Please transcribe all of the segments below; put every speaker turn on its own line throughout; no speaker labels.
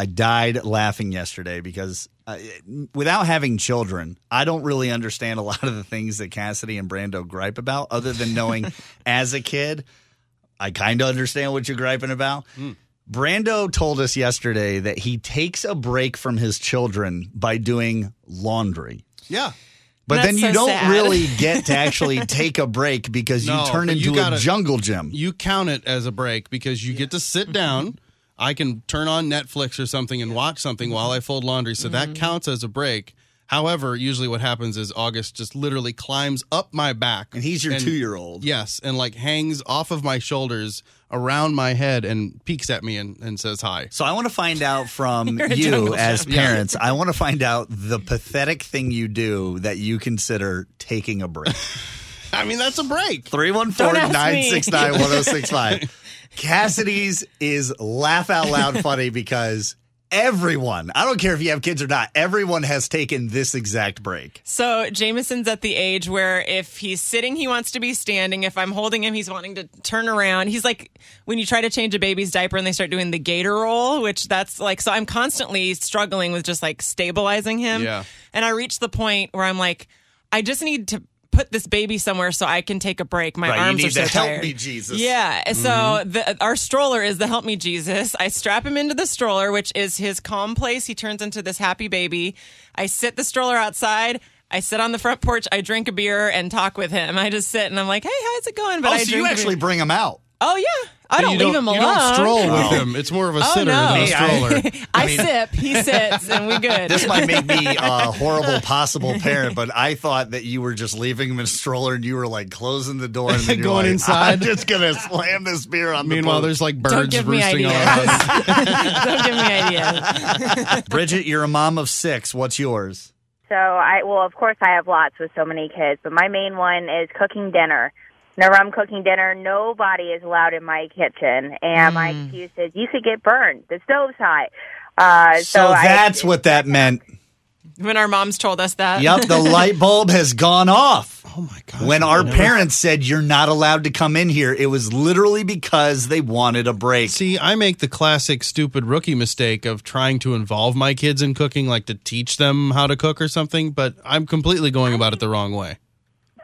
I died laughing yesterday because uh, without having children, I don't really understand a lot of the things that Cassidy and Brando gripe about, other than knowing as a kid, I kind of understand what you're griping about.
Hmm.
Brando told us yesterday that he takes a break from his children by doing laundry.
Yeah.
But
That's
then you
so
don't
sad.
really get to actually take a break because you
No,
turn
but
into
you gotta-
a jungle gym.
You count it as a break because you get to sit down. I can turn on Netflix or something and watch something while I fold laundry. So that counts as a break. However, usually what happens is August just literally climbs up my back.
and he's your
and-
two year old.
Yes, and like hangs off of my shoulders around my head and peeks at me and, and says hi.
So I want to find out from
You're a
you
jungle
as
gym. Yeah.
parents. I want to find out the pathetic thing you do that you consider taking a break.
I mean, that's a break.
314-969-1065. Cassidy's is laugh out loud funny because everyone, I don't care if you have kids or not, everyone has taken this exact break.
So Jameson's at the age where if he's sitting, he wants to be standing. If I'm holding him, he's wanting to turn around. He's like when you try to change a baby's diaper and they start doing the gator roll, which that's like so I'm constantly struggling with just like stabilizing him.
Yeah.
And I reach the point where I'm like, I just need to put this baby somewhere so I can take a break. My
Right, you
arms
need
are so
to help
tired.
me, Jesus.
Yeah. So the, our stroller is the Help Me Jesus. I strap him into the stroller, which is his calm place. He turns into this happy baby. I sit the stroller outside. I sit on the front porch. I drink a beer and talk with him. I just sit and I'm like, hey, how's it going? But
Oh,
I
so
drink
you
a
actually
beer.
bring them out.
Oh, yeah. I don't
you
leave him
You
alone.
don't stroll
Oh.
with him. It's more of a
Oh,
sitter
no.
than a
Hey,
stroller.
I, sip. He sits and we good.
This might make me a horrible possible parent, but I thought that you were just leaving him in a stroller and you were like closing the door and then you're
Going
like, I'm
inside.
just gonna slam this beer on
Meanwhile,
the
there's like
don't
birds
give me
roosting all
ideas.
around.
don't give me ideas.
there's Bridget, you're a mom of six. What's yours?
So I well, of course, I have lots with so many kids, but my main one is cooking dinner. Whenever I'm cooking dinner, nobody is allowed in my kitchen, and my
Mm.
excuse is you could get burned. The stove's hot. Uh, so
So,
I-
that's what that meant.
When our moms told us that.
Yep, the light bulb has gone off.
Oh my god!
When our parents said you're not allowed to come in here, it was literally because they wanted a break.
See, I make the classic stupid rookie mistake of trying to involve my kids in cooking, like to teach them how to cook or something, but I'm completely going about it the wrong way.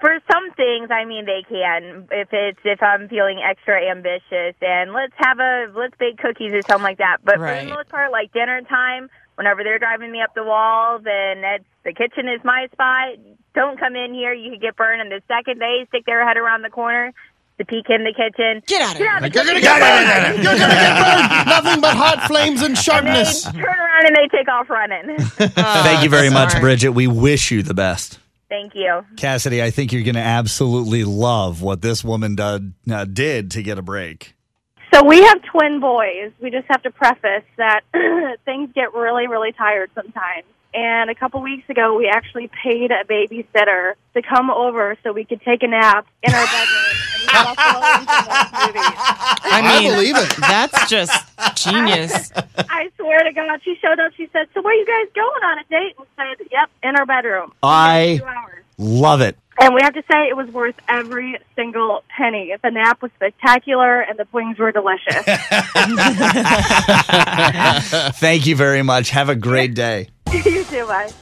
for some things, I mean, they can. If it's if I'm feeling extra ambitious, and let's have a let's bake cookies or something like that. But for
Right.
the most part, like dinner time, whenever they're driving me up the wall, then that's the kitchen is my spot. Don't come in here; you could get burned. And the second they stick their head around the corner, to peek in the kitchen,
Get out of
Get
here.
out of the kitchen.
You're gonna get burned! Nothing but hot flames and
They
sharpness.
turn around and they take off running. Oh,
Thank you very much,
sorry.
Bridget. We wish you the best.
Thank you.
Cassidy, I think you're going to absolutely love what this woman did, uh, did to get a break.
So we have twin boys. We just have to preface that things get really, really tired sometimes. And a couple weeks ago, we actually paid a babysitter to come over so we could take a nap in our bedroom. and we watched all the Disney movies.
I
I
mean,
believe it.
That's just genius.
I swear to God, she showed up. She said, "So where you guys going on a date?" And I said, "Yep, in our bedroom."
I
Two hours.
love it.
And we have to say it was worth every single penny. The nap was spectacular, and the wings were delicious.
Thank you very much. Have a great day.
you too, bye.